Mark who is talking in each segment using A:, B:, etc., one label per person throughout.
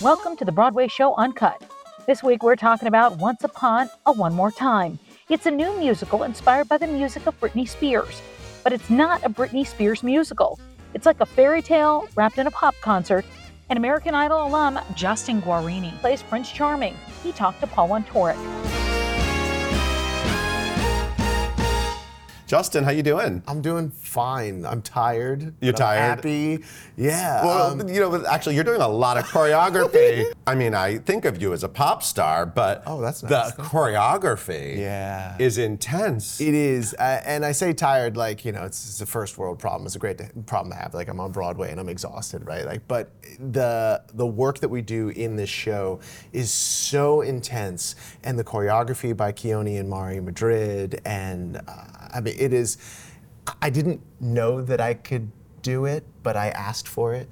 A: Welcome to the Broadway Show Uncut. This week we're talking about Once Upon a One More Time. It's a new musical inspired by the music of Britney Spears, but it's not a Britney Spears musical. It's like a fairy tale wrapped in a pop concert. And American Idol alum Justin Guarini plays Prince Charming. He talked to Paul Ontorek.
B: Justin, how you doing?
C: I'm doing fine. I'm tired.
B: You're
C: but I'm
B: tired?
C: happy. Yeah.
B: Well,
C: um,
B: you know, actually, you're doing a lot of choreography. I mean, I think of you as a pop star, but
C: Oh, that's
B: the
C: nice.
B: choreography
C: Yeah.
B: is intense.
C: it is, uh, and I say tired like you know it's, it's a first world problem. It's a great to- problem to have. Like I'm on Broadway and I'm exhausted, right? Like, but the the work that we do in this show is so intense, and the choreography by Keone and Mari Madrid, and uh, I mean, it is. I didn't know that I could do it, but I asked for it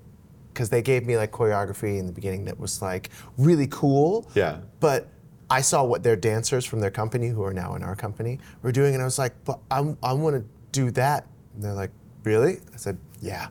C: because they gave me like choreography in the beginning that was like really cool.
B: Yeah.
C: But I saw what their dancers from their company, who are now in our company, were doing, and I was like, "But I'm, I want to do that." And they're like, "Really?" I said, "Yeah."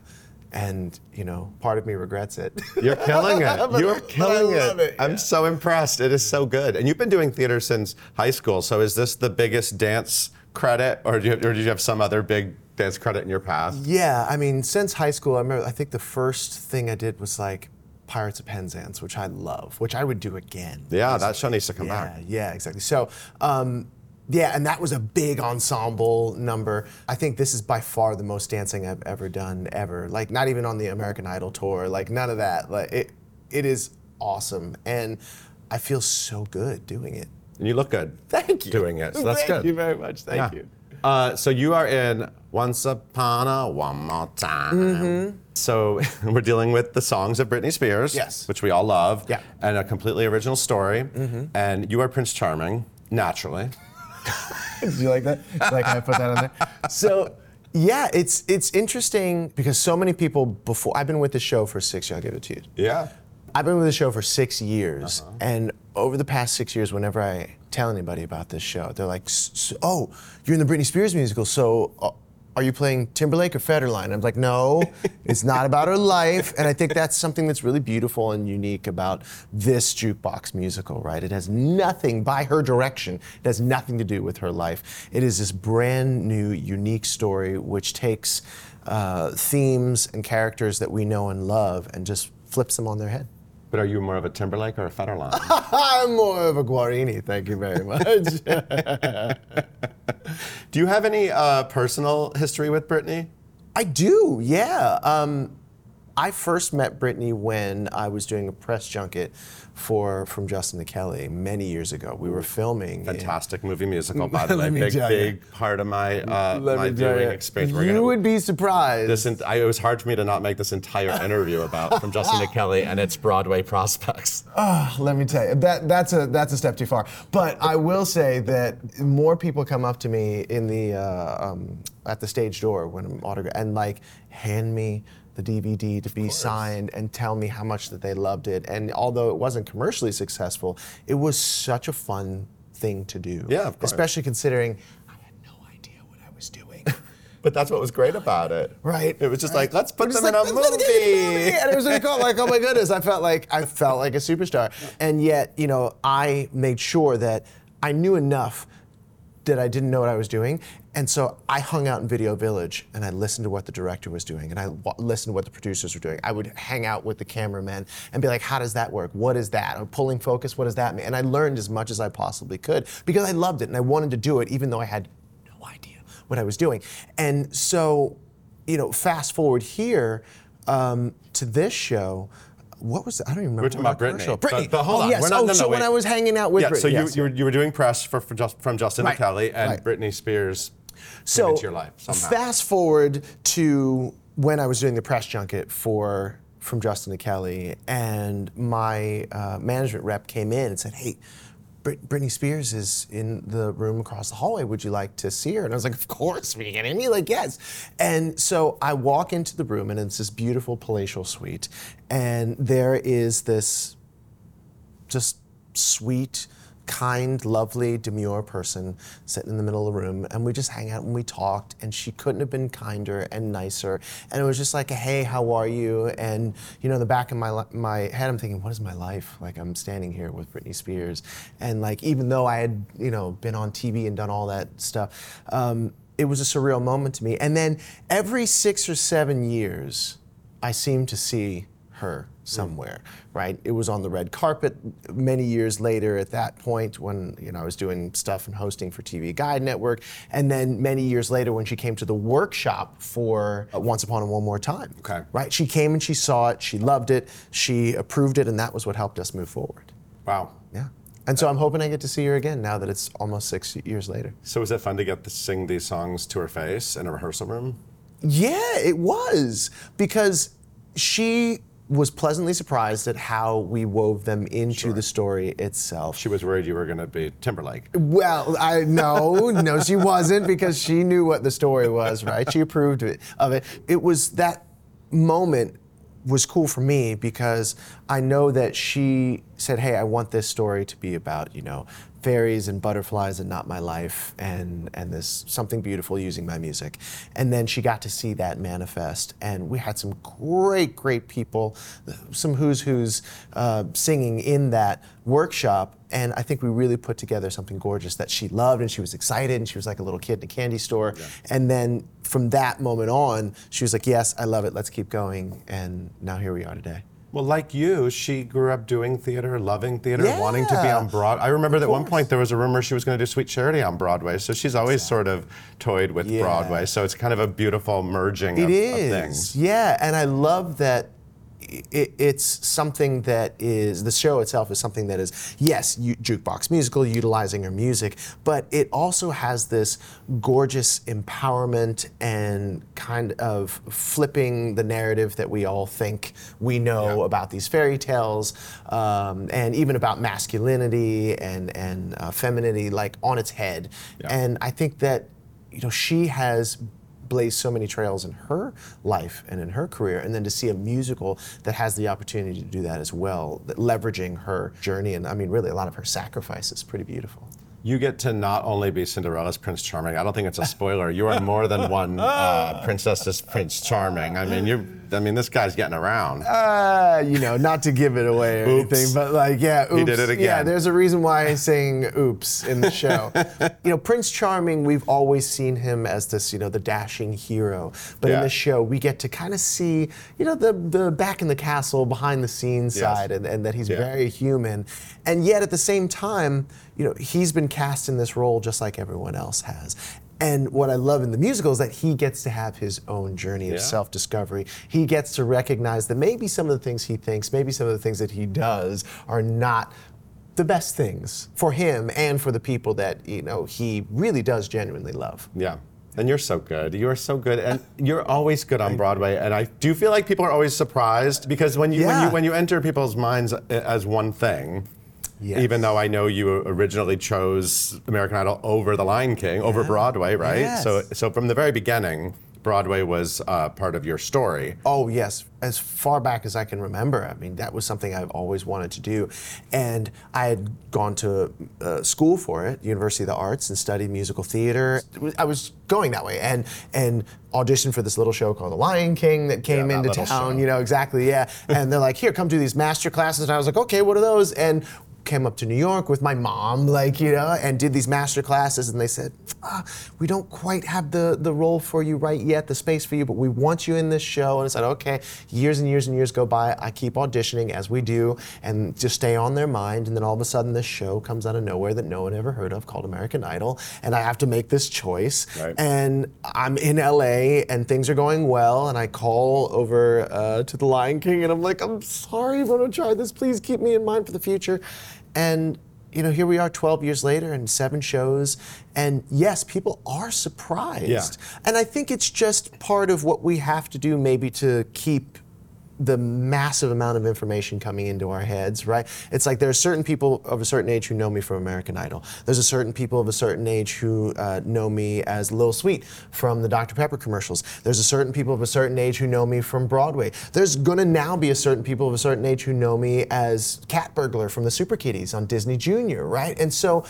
C: And you know, part of me regrets it.
B: You're killing
C: But-
B: it. You're
C: but I
B: killing
C: love it,
B: I'm so impressed. It is so good. And you've been doing theater since high school. So is this the biggest dance credit, or, do you, or did you have some other big dance credit in your past?
C: yeah, I mean, since high school, I remember. I think the first thing I did was like Pirates of Penzance, which I love, which I would do again.
B: Yeah, that show needs to come back.
C: Yeah, yeah, exactly. So, um, yeah, and that was a big ensemble number. I think this is by far the most dancing I've ever done ever. Like not even on the American Idol tour, like none of that. Like it, it is awesome, and I feel so good doing it.
B: And you look good.
C: Thank you.
B: Doing it. So that's
C: Thank
B: good.
C: you very much. Thank
B: Yeah.
C: you.
B: Uh, so you are in Once Upon a One More Time.
C: Mm-hmm.
B: So we're dealing with the songs of Britney Spears,
C: Yes.
B: which we all love,
C: Yeah. Mm-hmm.
B: and a completely original story. And you are Prince Charming, naturally.
C: Did you like that? Like I put that on there. So yeah, it's it's interesting because so many people before I've been with the show for six. years. I'll give it to you.
B: Yeah.
C: I've been with the show for six years, and over the past six years, whenever I tell anybody about this show, they're like, "S- s- "Oh, you're in the Britney Spears musical, so." Uh, are you playing Timberlake or Federline? I'm like, no, it's not about her life. And I think that's something that's really beautiful and unique about this jukebox musical, right? It has nothing by her direction, it has nothing to do with her life. It is this brand new, unique story which takes uh, themes and characters that we know and love and just flips them on their head.
B: But are you more of a Timberlake or a Federline?
C: I'm more of a Guarini, thank you very much.
B: Do you have any uh, personal history with Britney?
C: I do, yeah. Um, I first met Brittany when I was doing a press junket for from Justin to Kelly many years ago. We were filming. in-
B: Fantastic movie musical, by the way.
C: Let me
B: Big,
C: tell ya.
B: big part of my, uh,
C: Let
B: my
C: me tell
B: viewing
C: ya,
B: experience. We're
C: You
B: gonna-
C: would be surprised.
B: This ent- I, it was hard for me to not make this entire interview about from Justin to Kelly and its Broadway prospects.
C: Ah, Let me tell you, that, that's, a, that's a step too far. But I will say that more people come up to me in the, uh, um, at the stage door when I'm autograph and like hand me the DVD to be signed and tell me how much that they loved it. And although it wasn't commercially successful, it was such a fun thing to do.
B: Yeah, of course.
C: Especially considering I had no idea what I was doing.
B: But that's what was great about it.
C: Right.
B: It was just like, let's
C: We're
B: put
C: just
B: them
C: like,
B: in a
C: "Let's get in the
B: movie.
C: movie!" And it was really cool. Like, oh my goodness, I felt like I felt like a superstar. And yet, you know, I made sure that I knew enough that I didn't know what I was doing. And so I hung out in Video Village and I listened to what the director was doing and I wa- listened to what the producers were doing. I would hang out with the cameramen and be like, how does that work? What is that? Or pulling focus, what does that mean? And I learned as much as I possibly could because I loved it and I wanted to do it even though I had no idea what I was doing. And so, you know, fast forward here um, to this show. What was I don't even remember.
B: We're talking
C: what
B: about
C: our
B: Britney,
C: commercial-
B: but-
C: Britney.
B: but hold
C: oh,
B: on.
C: Yes.
B: We're not-
C: oh,
B: no, no,
C: so when
B: wait.
C: I was hanging out with
B: yeah,
C: Britney.
B: so you,
C: yes.
B: you, were, you were doing press for, for just, from Justin
C: Right,
B: and Kelly, and
C: right.
B: Britney Spears
C: so
B: came into your life somehow.
C: fast forward to when I was doing the press junket for from Justin to Kelly, and my uh, management rep came in and said, "Hey." Brit- Britney Spears is in the room across the hallway. Would you like to see her? And I was like, Of course, are you kidding me? Like, yes. And so I walk into the room, and it's this beautiful palatial suite. And there is this just sweet kind, lovely, demure person sitting in the middle of the room, and we just hang out and we talked, and she couldn't have been kinder and nicer. And it was just like, hey, how are you? And you know, in the back of my li- my head, I'm thinking, what is my life? Like I'm standing here with Britney Spears, and like even though I had you know been on TV and done all that stuff, um, it was a surreal moment to me. And then every six or seven years, I seem to see her somewhere, right? It was on the red carpet many years later at that point when you know I was doing stuff and hosting for TV Guide Network and then many years later when she came to the workshop for uh, Once Upon a One More Time.
B: Okay.
C: Right? She came and she saw it, she loved it, she approved it and that was what helped us move forward.
B: Wow.
C: Yeah. And so I'm hoping I get to see her again now that it's almost 6 years later.
B: So was it fun to get to sing these songs to her face in a rehearsal room?
C: Yeah, it was because she was pleasantly surprised at how we wove them into the story itself.
B: She was worried you were going to be Timberlake.
C: Well, I no, no, she wasn't because she knew what the story was, right? She approved of it. Of it. It was that moment was cool for me because I know that she said, "Hey, I want this story to be about you know fairies and butterflies and not my life and and this something beautiful using my music." And then she got to see that manifest, and we had some great, great people, some who's who's uh, singing in that workshop and I think we really put together something gorgeous that she loved and she was excited and she was like a little kid in a candy store. And then from that moment on, she was like, Yes, I love it, let's keep going. And now here we are today.
B: Well, like you, she grew up doing theater, loving theater, wanting to be
C: Yeah.
B: on Broadway. I remember that at one point there was a rumor she was going to do Sweet Charity on Broadway. So she's always sort of toyed with
C: Yeah.
B: Broadway. So it's kind of a beautiful merging of,
C: It
B: of
C: is.
B: things.
C: Yeah, and I love that i- i it's something that is the show itself is something that is yes you, jukebox musical utilizing her music but it also has this gorgeous empowerment and kind of flipping the narrative that we all think we know about these fairy tales um, and even about masculinity and and uh, femininity like on its head
B: Yeah.
C: and i think that you know, she has blazed so many trails in her life and in her career, and then to see a musical that has the opportunity to do that as well, that leveraging her journey and I mean, really a lot of her sacrifice is pretty beautiful.
B: You get to not only be Cinderella's Prince Charming. I don't think it's a spoiler. You are more than one uh, princess's Prince Charming. I mean, you're. I mean, this guy's getting around.
C: Uh, you know, not to give it away or
B: Oops.
C: anything, but like, yeah, oops.
B: did it
C: Yeah,
B: again.
C: there's a reason why I sing oops in the show. you know, Prince Charming, we've always seen him as this, you know, the dashing hero. But
B: Yeah.
C: in the show, we get to kind of see, you know, the, the back in the castle, behind the scenes
B: Yes.
C: side, and, and that he's
B: Yeah.
C: very human. And yet at the same time, you know, he's been cast in this role just like everyone else has. And what I love in the musical is that he gets to have his own journey of
B: Yeah.
C: self discovery. He gets to recognize that maybe some of the things he thinks, maybe some of the things that he does are not the best things for him and for the people that you know he really does genuinely love.
B: Yeah. And you're so good. You are so good, and you're always good on Broadway. And I do feel like people are always surprised because when you when
C: Yeah.
B: you when you enter people's minds a- as one thing,
C: Yes.
B: even though I know you originally chose American Idol over The Lion King, over Broadway, right? So
C: Yes.
B: so from the very beginning, Broadway was uh, part of your story.
C: Oh yes, as far back as I can remember. I mean, that was something I've always wanted to do, and I had gone to uh, school for it, University of the Arts, and studied musical theater. It was- I was going that way, and and auditioned for this little show called The Lion King that came
B: that
C: into
B: little
C: town.
B: show.
C: You know exactly, yeah. and they're like, here, come do these master classes, and I was like, okay, what are those? And came up to New York with my mom, like, you know, and did these master classes. And they said, ah, we don't quite have the, the role for you right yet, the space for you, but we want you in this show. And I said, okay, years and years and years go by. I keep auditioning as we do and just stay on their mind. And then all of a sudden, this show comes out of nowhere that no one ever heard of called American Idol. And I have to make this choice.
B: Right.
C: And I'm in LA and things are going well. And I call over uh, to the Lion King and I'm like, I'm sorry, I'm going to try this. Please keep me in mind for the future. And you know, here we are 12 years later and seven shows. And yes, people are surprised.
B: Yeah.
C: And I think it's just part of what we have to do maybe to keep the massive amount of information coming into our heads, right? It's like there are certain people of a certain age who know me from American Idol. There's a certain people of a certain age who uh, know me as Lil Sweet from the Dr. Pepper commercials. There's a certain people of a certain age who know me from Broadway. There's gonna now be a certain people of a certain age who know me as Cat Burglar from the Super Kitties on Disney Junior, right? And so.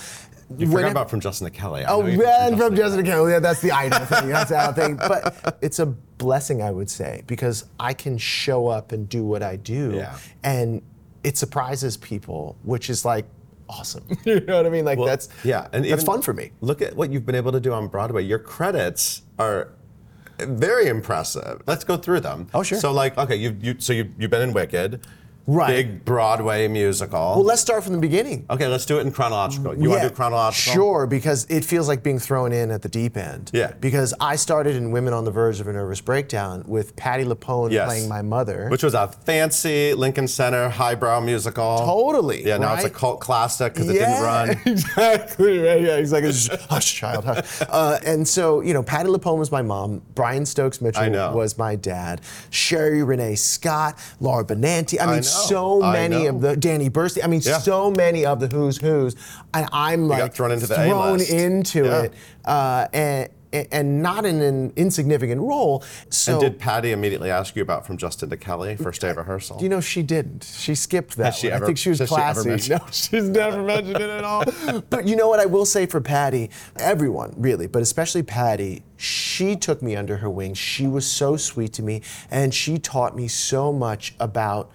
B: You forgot
C: whenever-
B: about from Justin to Kelly. I
C: Oh,
B: know you did
C: man,
B: Justin
C: from
B: to
C: Justin Kelly. Yeah, that's the idol thing. That's the idol thing. But it's a blessing, I would say, because I can show up and do what I do,
B: Yeah.
C: and it surprises people, which is like awesome. you know what I mean? Like
B: Well,
C: that's
B: yeah, and
C: that's
B: even-
C: fun for me.
B: Look at what you've been able to do on Broadway. Your credits are very impressive. Let's go through them.
C: Oh, sure.
B: So like, okay, you you so you you've been in Wicked,
C: Right.
B: Big Broadway musical.
C: Well, let's start from the beginning.
B: okay, let's do it in chronological. Oh, You want to do chronological?
C: Sure, because it feels like being thrown in at the deep end.
B: Yeah.
C: Because I started in Women on the Verge of a Nervous Breakdown with Patty LaPone
B: Yes.
C: playing my mother.
B: Which was a fancy Lincoln Center highbrow musical.
C: Totally,
B: Yeah. Now it's a
C: right?
B: cult classic because it
C: yeah,
B: didn't run.
C: Exactly, right? Yeah, exactly. Just, hush, child, hush. Uh, and so, you know, Patty LaPone was my mom. Brian Stokes
B: I
C: Mitchell
B: know.
C: was my dad. Sherry Renee Scott, Laura Benanti. I mean,
B: know,
C: so
B: I
C: many of
B: know.
C: the, Danny Burstein. I mean,
B: Yeah.
C: so many of the who's who's. And I'm like
B: thrown into the
C: thrown
B: A-list.
C: into
B: Yeah.
C: it. Uh, and, and not in an insignificant role. So,
B: And did Patty immediately ask you about from Justin to Kelly first day of rehearsal?
C: you know, she didn't. She skipped that.
B: Has she
C: one.
B: ever-
C: I think she was
B: has she ever
C: classy.
B: mentioned-
C: no, she's never mentioned it at all. But you know what I will say for Patty, everyone really, but especially Patty, she took me under her wing. She was so sweet to me, and she taught me so much about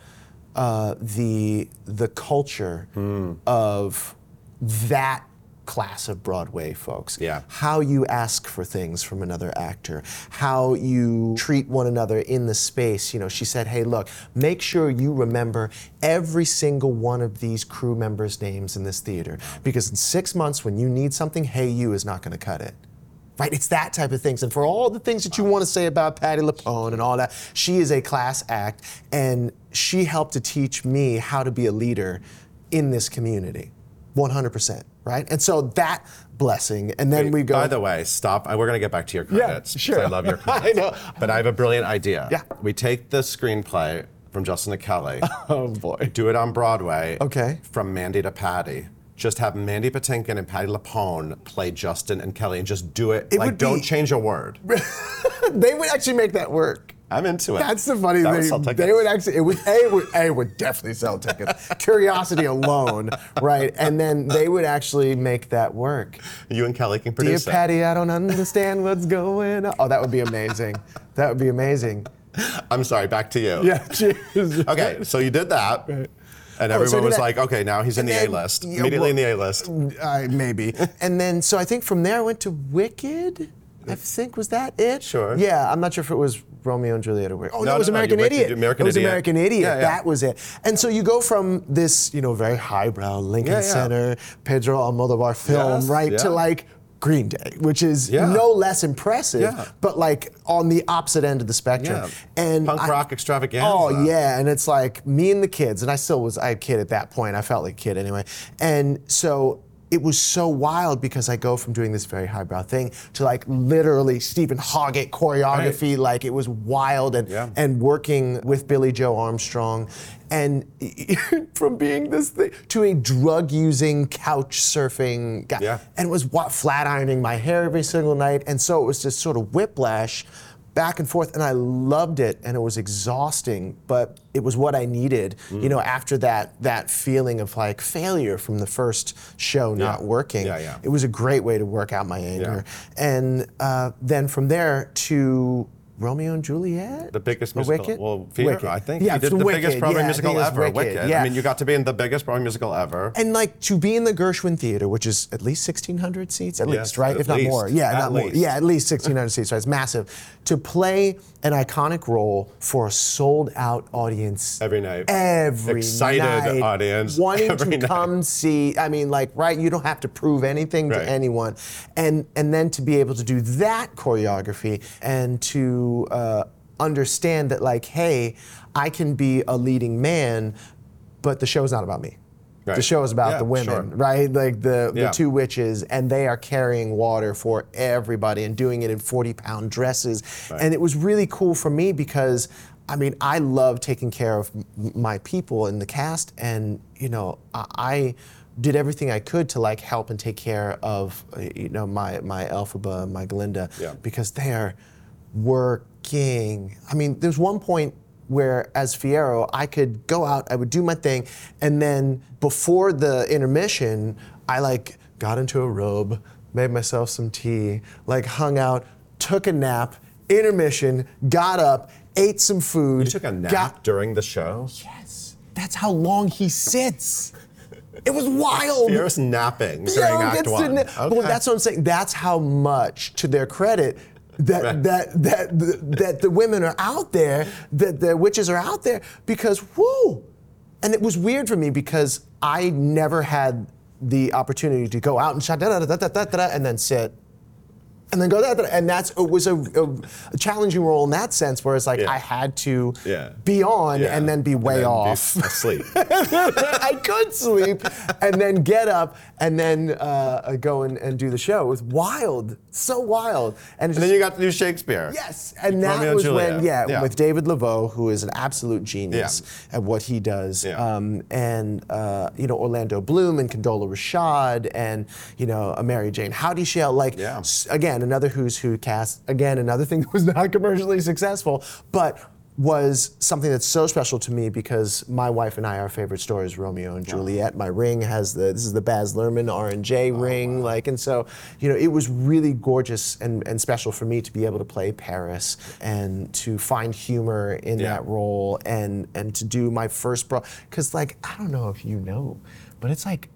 C: uh, the the culture
B: Hmm.
C: of that class of Broadway folks
B: Yeah.
C: how you ask for things from another actor, how you treat one another in the space. You know, she said, hey, look, make sure you remember every single one of these crew members' names in this theater because in six months, when you need something, hey, you is not going to cut it. Right, it's that type of things, and for all the things that you want to say about Patty LaPone and all that, she is a class act, and she helped to teach me how to be a leader in this community, 100%. Right, and so that blessing, and then we go.
B: By the way, stop. I- We're going to get back to your
C: Yeah,
B: credits. 'cause
C: sure.
B: I love your
C: I
B: credits.
C: know.
B: But I have a brilliant idea.
C: Yeah.
B: We take the screenplay from Justin to Kelly,
C: Oh boy.
B: do it on Broadway.
C: Okay.
B: From Mandy to Patty. Just have Mandy Patinkin and Patty LaPone play Justin and Kelly and just do it. like,
C: would be-
B: don't change a word.
C: they would actually make that work.
B: I'm into it.
C: That's the funny
B: That would sell
C: thing.
B: tickets.
C: They would actually it would A would A would definitely sell tickets. Curiosity alone, right? And then they would actually make that work.
B: You and Kelly can
C: Dear
B: produce it.
C: Patty, I don't understand what's going on. Oh, that would be amazing. That would be amazing.
B: I'm sorry, back to you.
C: Yeah, cheers.
B: Okay, so you did that. And
C: so
B: everyone
C: did
B: was
C: that-
B: like, okay, now he's in the
C: and then-
B: A list.
C: yeah,
B: Immediately in the
C: well-
B: A list.
C: I maybe. and then, so I think from there I went to Wicked. I think was that it?
B: Sure.
C: Yeah, I'm not sure if it was Romeo and Juliet or Wicked. Oh no,
B: No,
C: it was
B: no, no,
C: American
B: you went to
C: Idiot.
B: do American
C: it was
B: Idiot.
C: American Idiot.
B: Yeah, yeah.
C: That was it. And so you go from this, you know, very highbrow Lincoln
B: Yeah, yeah.
C: Center, Pedro Almodovar film,
B: Yes,
C: right,
B: yeah.
C: to like. Green Day, which is
B: Yeah.
C: no less impressive,
B: Yeah.
C: but like on the opposite end of the spectrum.
B: Yeah.
C: And
B: Punk
C: I-
B: rock extravaganza.
C: Oh yeah, and it's like me and the kids, and I still was I a kid at that point. I felt like a kid anyway, and so it was so wild because I go from doing this very highbrow thing to like literally Stephen Hoggett choreography. Like it was wild, and
B: Yeah.
C: and working with Billy Joe Armstrong. And from being this thing to a drug using, couch surfing guy.
B: Yeah.
C: And was wa- flat ironing my hair every single night. And so it was just sort of whiplash back and forth. And I loved it. And it was exhausting, but it was what I needed,
B: Mm.
C: you know, after that, that feeling of like failure from the first show not working.
B: Yeah, yeah.
C: It was a great way to work out my anger. And uh, then from there to Romeo and Juliet?
B: The biggest
C: Or
B: musical,
C: Wicked?
B: well, theater, I think
C: Yeah,
B: you did
C: from
B: the
C: Wicked,
B: biggest Broadway
C: yeah, I
B: musical
C: think it was
B: ever.
C: Wicked,
B: I
C: yeah.
B: mean, you got to be in the biggest Broadway musical ever.
C: and like to be in the Gershwin Theater, which is at least 1,600 seats, at
B: Yes,
C: least, right?
B: at
C: If not
B: least,
C: more. Yeah,
B: at
C: not
B: least.
C: more. Yeah, at least 1,600 seats, right? It's massive. To play an iconic role for a sold out audience
B: Every night.
C: Every
B: Excited
C: night,
B: audience,
C: Wanting
B: every
C: to
B: night.
C: come see. I mean, like, right? You don't have to prove anything
B: Right.
C: to anyone. And, and then to be able to do that choreography and to, uh, Understand that, like, hey, I can be a leading man, but the show's not about me
B: Right.
C: The show is about
B: Yeah,
C: the women,
B: sure.
C: right? Like the,
B: Yeah.
C: the two witches, and they are carrying water for everybody and doing it in 40 pound dresses. And it was really cool for me because, I mean, I love taking care of m- my people in the cast, and, you know, I. I did everything I could to like help and take care of uh, you know my my Elphaba and my Glinda
B: Yeah.
C: because they are working. I mean, there's one point where as Fiero, I could go out, I would do my thing, and then before the intermission, I like got into a robe, made myself some tea, like hung out, took a nap, intermission, got up, ate some food.
B: You took a nap
C: got-
B: during the show.
C: yes. That's how long he sits. It was wild.
B: Fierce napping
C: Yeah,
B: during
C: it
B: Act
C: gets to
B: One.
C: na- but
B: Okay.
C: that's what I'm saying. That's how much, to their credit, that that that that, that the women are out there, that the witches are out there, because whoo, and it was weird for me because I never had the opportunity to go out and shot da da da da da da and then sit. And then go that, and that's it was a, a challenging role in that sense, where it's like
B: Yeah.
C: I had to
B: Yeah.
C: be on
B: Yeah.
C: and then be way
B: then be
C: off.
B: asleep.
C: I could sleep and then get up and then uh, uh, go and, and do the show. It was wild, so wild. And, it
B: And
C: just-
B: then you got to do Shakespeare.
C: yes, and
B: Romeo
C: that
B: and
C: was
B: Juliet.
C: when yeah,
B: Yeah.
C: with David Laveau, who is an absolute genius at what he does.
B: Yeah.
C: Um, and uh, you know Orlando Bloom and Condola Rashad and you know uh, Mary Jane Howdy Shell. Like
B: Yeah.
C: s- again, another Who's Who cast. Again, another thing that was not commercially successful, but was something that's so special to me because my wife and I, our favorite story is Romeo and Juliet. My ring has the this is the Baz Luhrmann R and
B: Oh,
C: J ring, like, and so you know it was really gorgeous and, and special for me to be able to play Paris and to find humor in
B: Yeah.
C: that role and and to do my first bro because like I don't know if you know, but it's like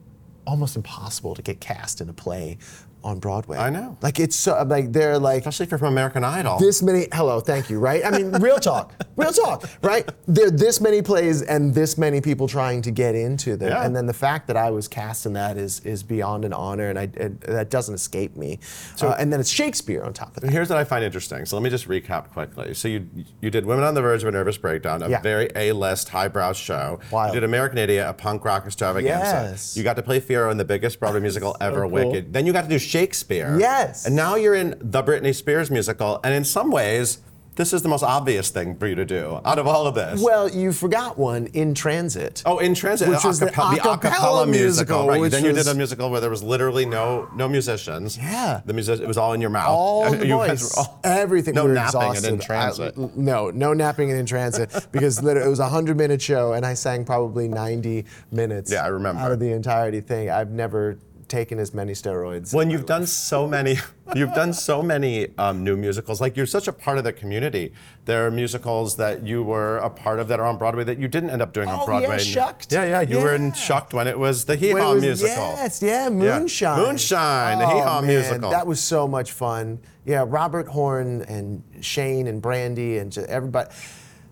C: almost impossible to get cast in a play on Broadway.
B: I know.
C: Like it's so like they're like
B: Especially if you're from American Idol.
C: this many hello thank you right i mean real talk real talk right there are this many plays and this many people trying to get into them
B: Yeah.
C: and then the fact that i was cast in that is is beyond an honor and i and that doesn't escape me Uh, and then it's shakespeare on top of that
B: Here's what I find interesting. So let me just recap quickly. So you you did Women on the Verge of a Nervous Breakdown, a
C: Yeah.
B: very A-list, highbrow show.
C: Wild.
B: You did American Idiot, a punk rock extravaganza.
C: Yes.
B: You got to play Fiero in the biggest Broadway musical ever, Wicked. Then you got to do Shakespeare.
C: Yes.
B: And now you're in the Britney Spears musical. And in some ways, this is the most obvious thing for you to do out of all of this.
C: well you forgot one in transit
B: Oh, in transit,
C: Which
B: the,
C: was the
B: acapella, the
C: acapella
B: acapella musical.
C: musical,
B: right?
C: which
B: Then you did
C: was-
B: a musical where there was literally no no musicians.
C: Yeah.
B: the music it was all in your mouth.
C: all
B: And
C: the
B: you guys
C: voice,
B: were all-
C: everything.
B: No
C: we were
B: napping and
C: exhausted.
B: in transit.
C: I- l- no, no napping and in transit because literally it was a hundred-minute show, and I sang probably ninety minutes.
B: Yeah, I remember.
C: out of the entirety thing. I've never taken as many steroids.
B: When you've done so many, you've done so many um, new musicals. Like you're such a part of the community. There are musicals that you were a part of that are on Broadway that you didn't end up doing
C: Oh,
B: on Broadway.
C: yeah,
B: And-
C: Shucked.
B: Yeah, yeah. You were in
C: Yeah.
B: Shucked when it was the Hee
C: When it
B: Haw
C: was-
B: musical.
C: Yes, yeah,
B: Yeah.
C: Moonshine.
B: Moonshine, the
C: Oh,
B: Hee Haw
C: man,
B: musical.
C: That was so much fun. Yeah, Robert Horn and Shane and Brandy and just everybody.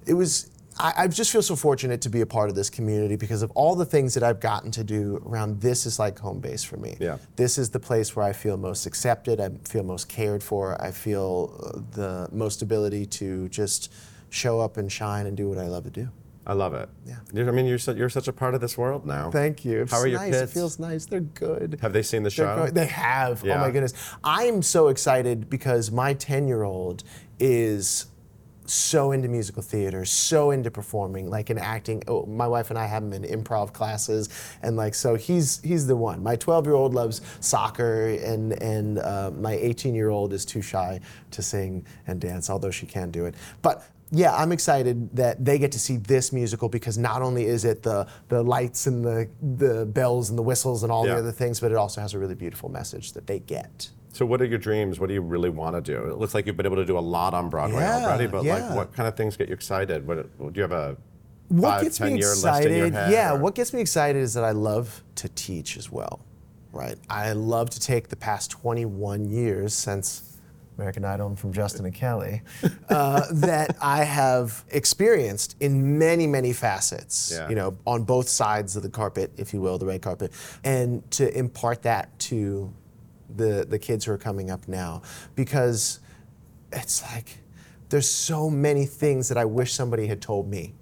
C: It was. I, I just feel so fortunate to be a part of this community because of all the things that I've gotten to do around this is like home base for me.
B: Yeah.
C: This is the place where I feel most accepted, I feel most cared for, I feel uh, the most ability to just show up and shine and do what I love to do.
B: I love it. Yeah. I mean, you're su- you're such a part of this world now.
C: Thank you. It's
B: How are your
C: nice.
B: kids?
C: It feels nice. They're good.
B: Have they seen the
C: They're
B: show?
C: going- they have.
B: Yeah.
C: Oh my goodness. I'm so excited because my 10 year old is so into musical theater, so into performing, like in acting. Oh, my wife and I have him in improv classes, and like so he's he's the one. My 12 year old loves soccer, and and uh, my 18 year old is too shy to sing and dance, although she can do it. But yeah, I'm excited that they get to see this musical because not only is it the the lights and the the bells and the whistles and all
B: Yeah.
C: the other things, but it also has a really beautiful message that they get.
B: So, what are your dreams? What do you really want to do? It looks like you've been able to do a lot on Broadway
C: Yeah,
B: already, but like,
C: yeah.
B: what kind of things get you excited? What do you have a
C: what
B: five,
C: gets
B: 10
C: me
B: year
C: excited?
B: list in your head?
C: yeah,
B: or-
C: what gets me excited is that I love to teach as well, right? I love to take the past 21 years since American Idol and from Justin and Kelly uh, that I have experienced in many, many facets.
B: Yeah.
C: You know, on both sides of the carpet, if you will, the red carpet, and to impart that to the the kids who are coming up now because it's like there's so many things that I wish somebody had told me.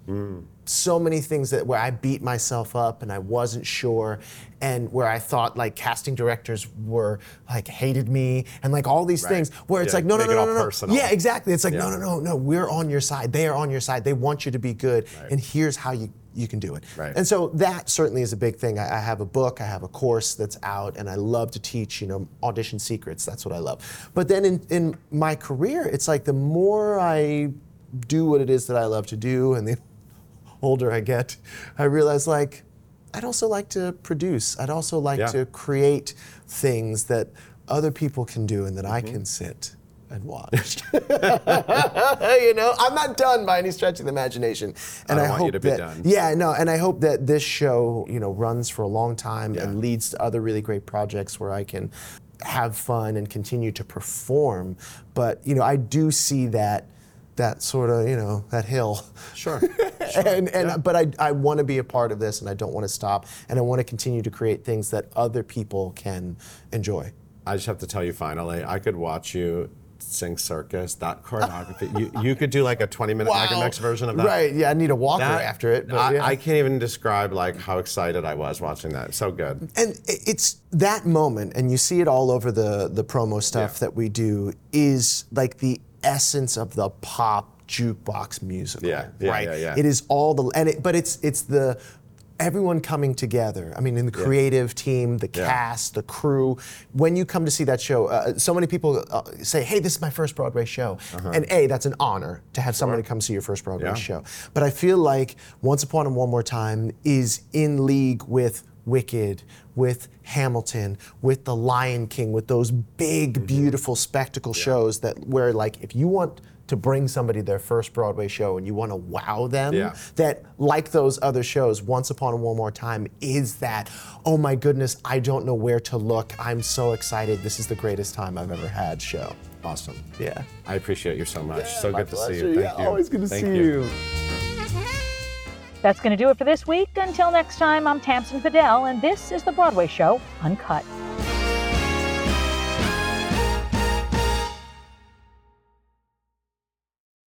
C: So many things that where I beat myself up and I wasn't sure, and where I thought like casting directors were like hated me and like all these things where it's
B: Yeah,
C: like no
B: make
C: no no
B: it
C: no
B: all
C: no, no
B: personal.
C: yeah exactly it's like no
B: Yeah.
C: no no no we're on your side they are on your side they want you to be good and here's how you you can do it
B: Right.
C: and so that certainly is a big thing. I, I have a book, I have a course that's out, and I love to teach, you know, audition secrets. That's what I love. But then in, in my career, it's like the more I do what it is that I love to do, and the older I get, I realize like I'd also like to produce. I'd also like
B: Yeah.
C: to create things that other people can do and that I
B: Mm-hmm.
C: can sit and watch. you know, I'm not done by any stretch of the imagination. And
B: don't
C: I
B: want
C: hope
B: you to be
C: that,
B: done.
C: yeah, no, and I hope that this show, you know, runs for a long time
B: Yeah.
C: and leads to other really great projects where I can have fun and continue to perform. But you know, I do see that that sort of you know that hill.
B: Sure.
C: and and but I I want to be a part of this, and I don't want to stop, and I want to continue to create things that other people can enjoy.
B: I just have to tell you finally, I could watch you sing circus, that choreography. you, you could do like a 20 minute Megamex version of that.
C: Right? Yeah, I need a walker
B: That-
C: after it. But
B: I,
C: yeah.
B: I can't even describe like how excited I was watching that. So good.
C: and i- it's that moment, and you see it all over the the promo stuff
B: Yeah.
C: that we do is like the essence of the pop jukebox musical.
B: Yeah, yeah,
C: right.
B: yeah, yeah.
C: It is all the and it, but it's it's the everyone coming together. I mean, in the creative team, the
B: Yeah.
C: cast, the crew. When you come to see that show, uh, so many people uh, say, "Hey, this is my first Broadway show," and a that's an honor to have somebody come see your first Broadway
B: Uh-huh. Yeah.
C: show. But I feel like Once Upon and One More Time is in league with Wicked, with Hamilton, with The Lion King, with those big,
B: Mm-hmm.
C: beautiful spectacle shows that where like if you want to bring somebody their first Broadway show and you want to wow them,
B: Yeah.
C: that like those other shows, Once Upon a One More Time is that, oh my goodness, I don't know where to look. I'm so excited. This is the greatest time I've ever had show.
B: Awesome.
C: Yeah.
B: I appreciate you so much. so
C: My
B: good to see you.
C: pleasure.
B: Thank
C: yeah,
B: you.
C: Always good to
B: Thank
C: see you.
A: That's going to do it for this week. Until next time, I'm Tamsin Fidel, and this is The Broadway Show Uncut.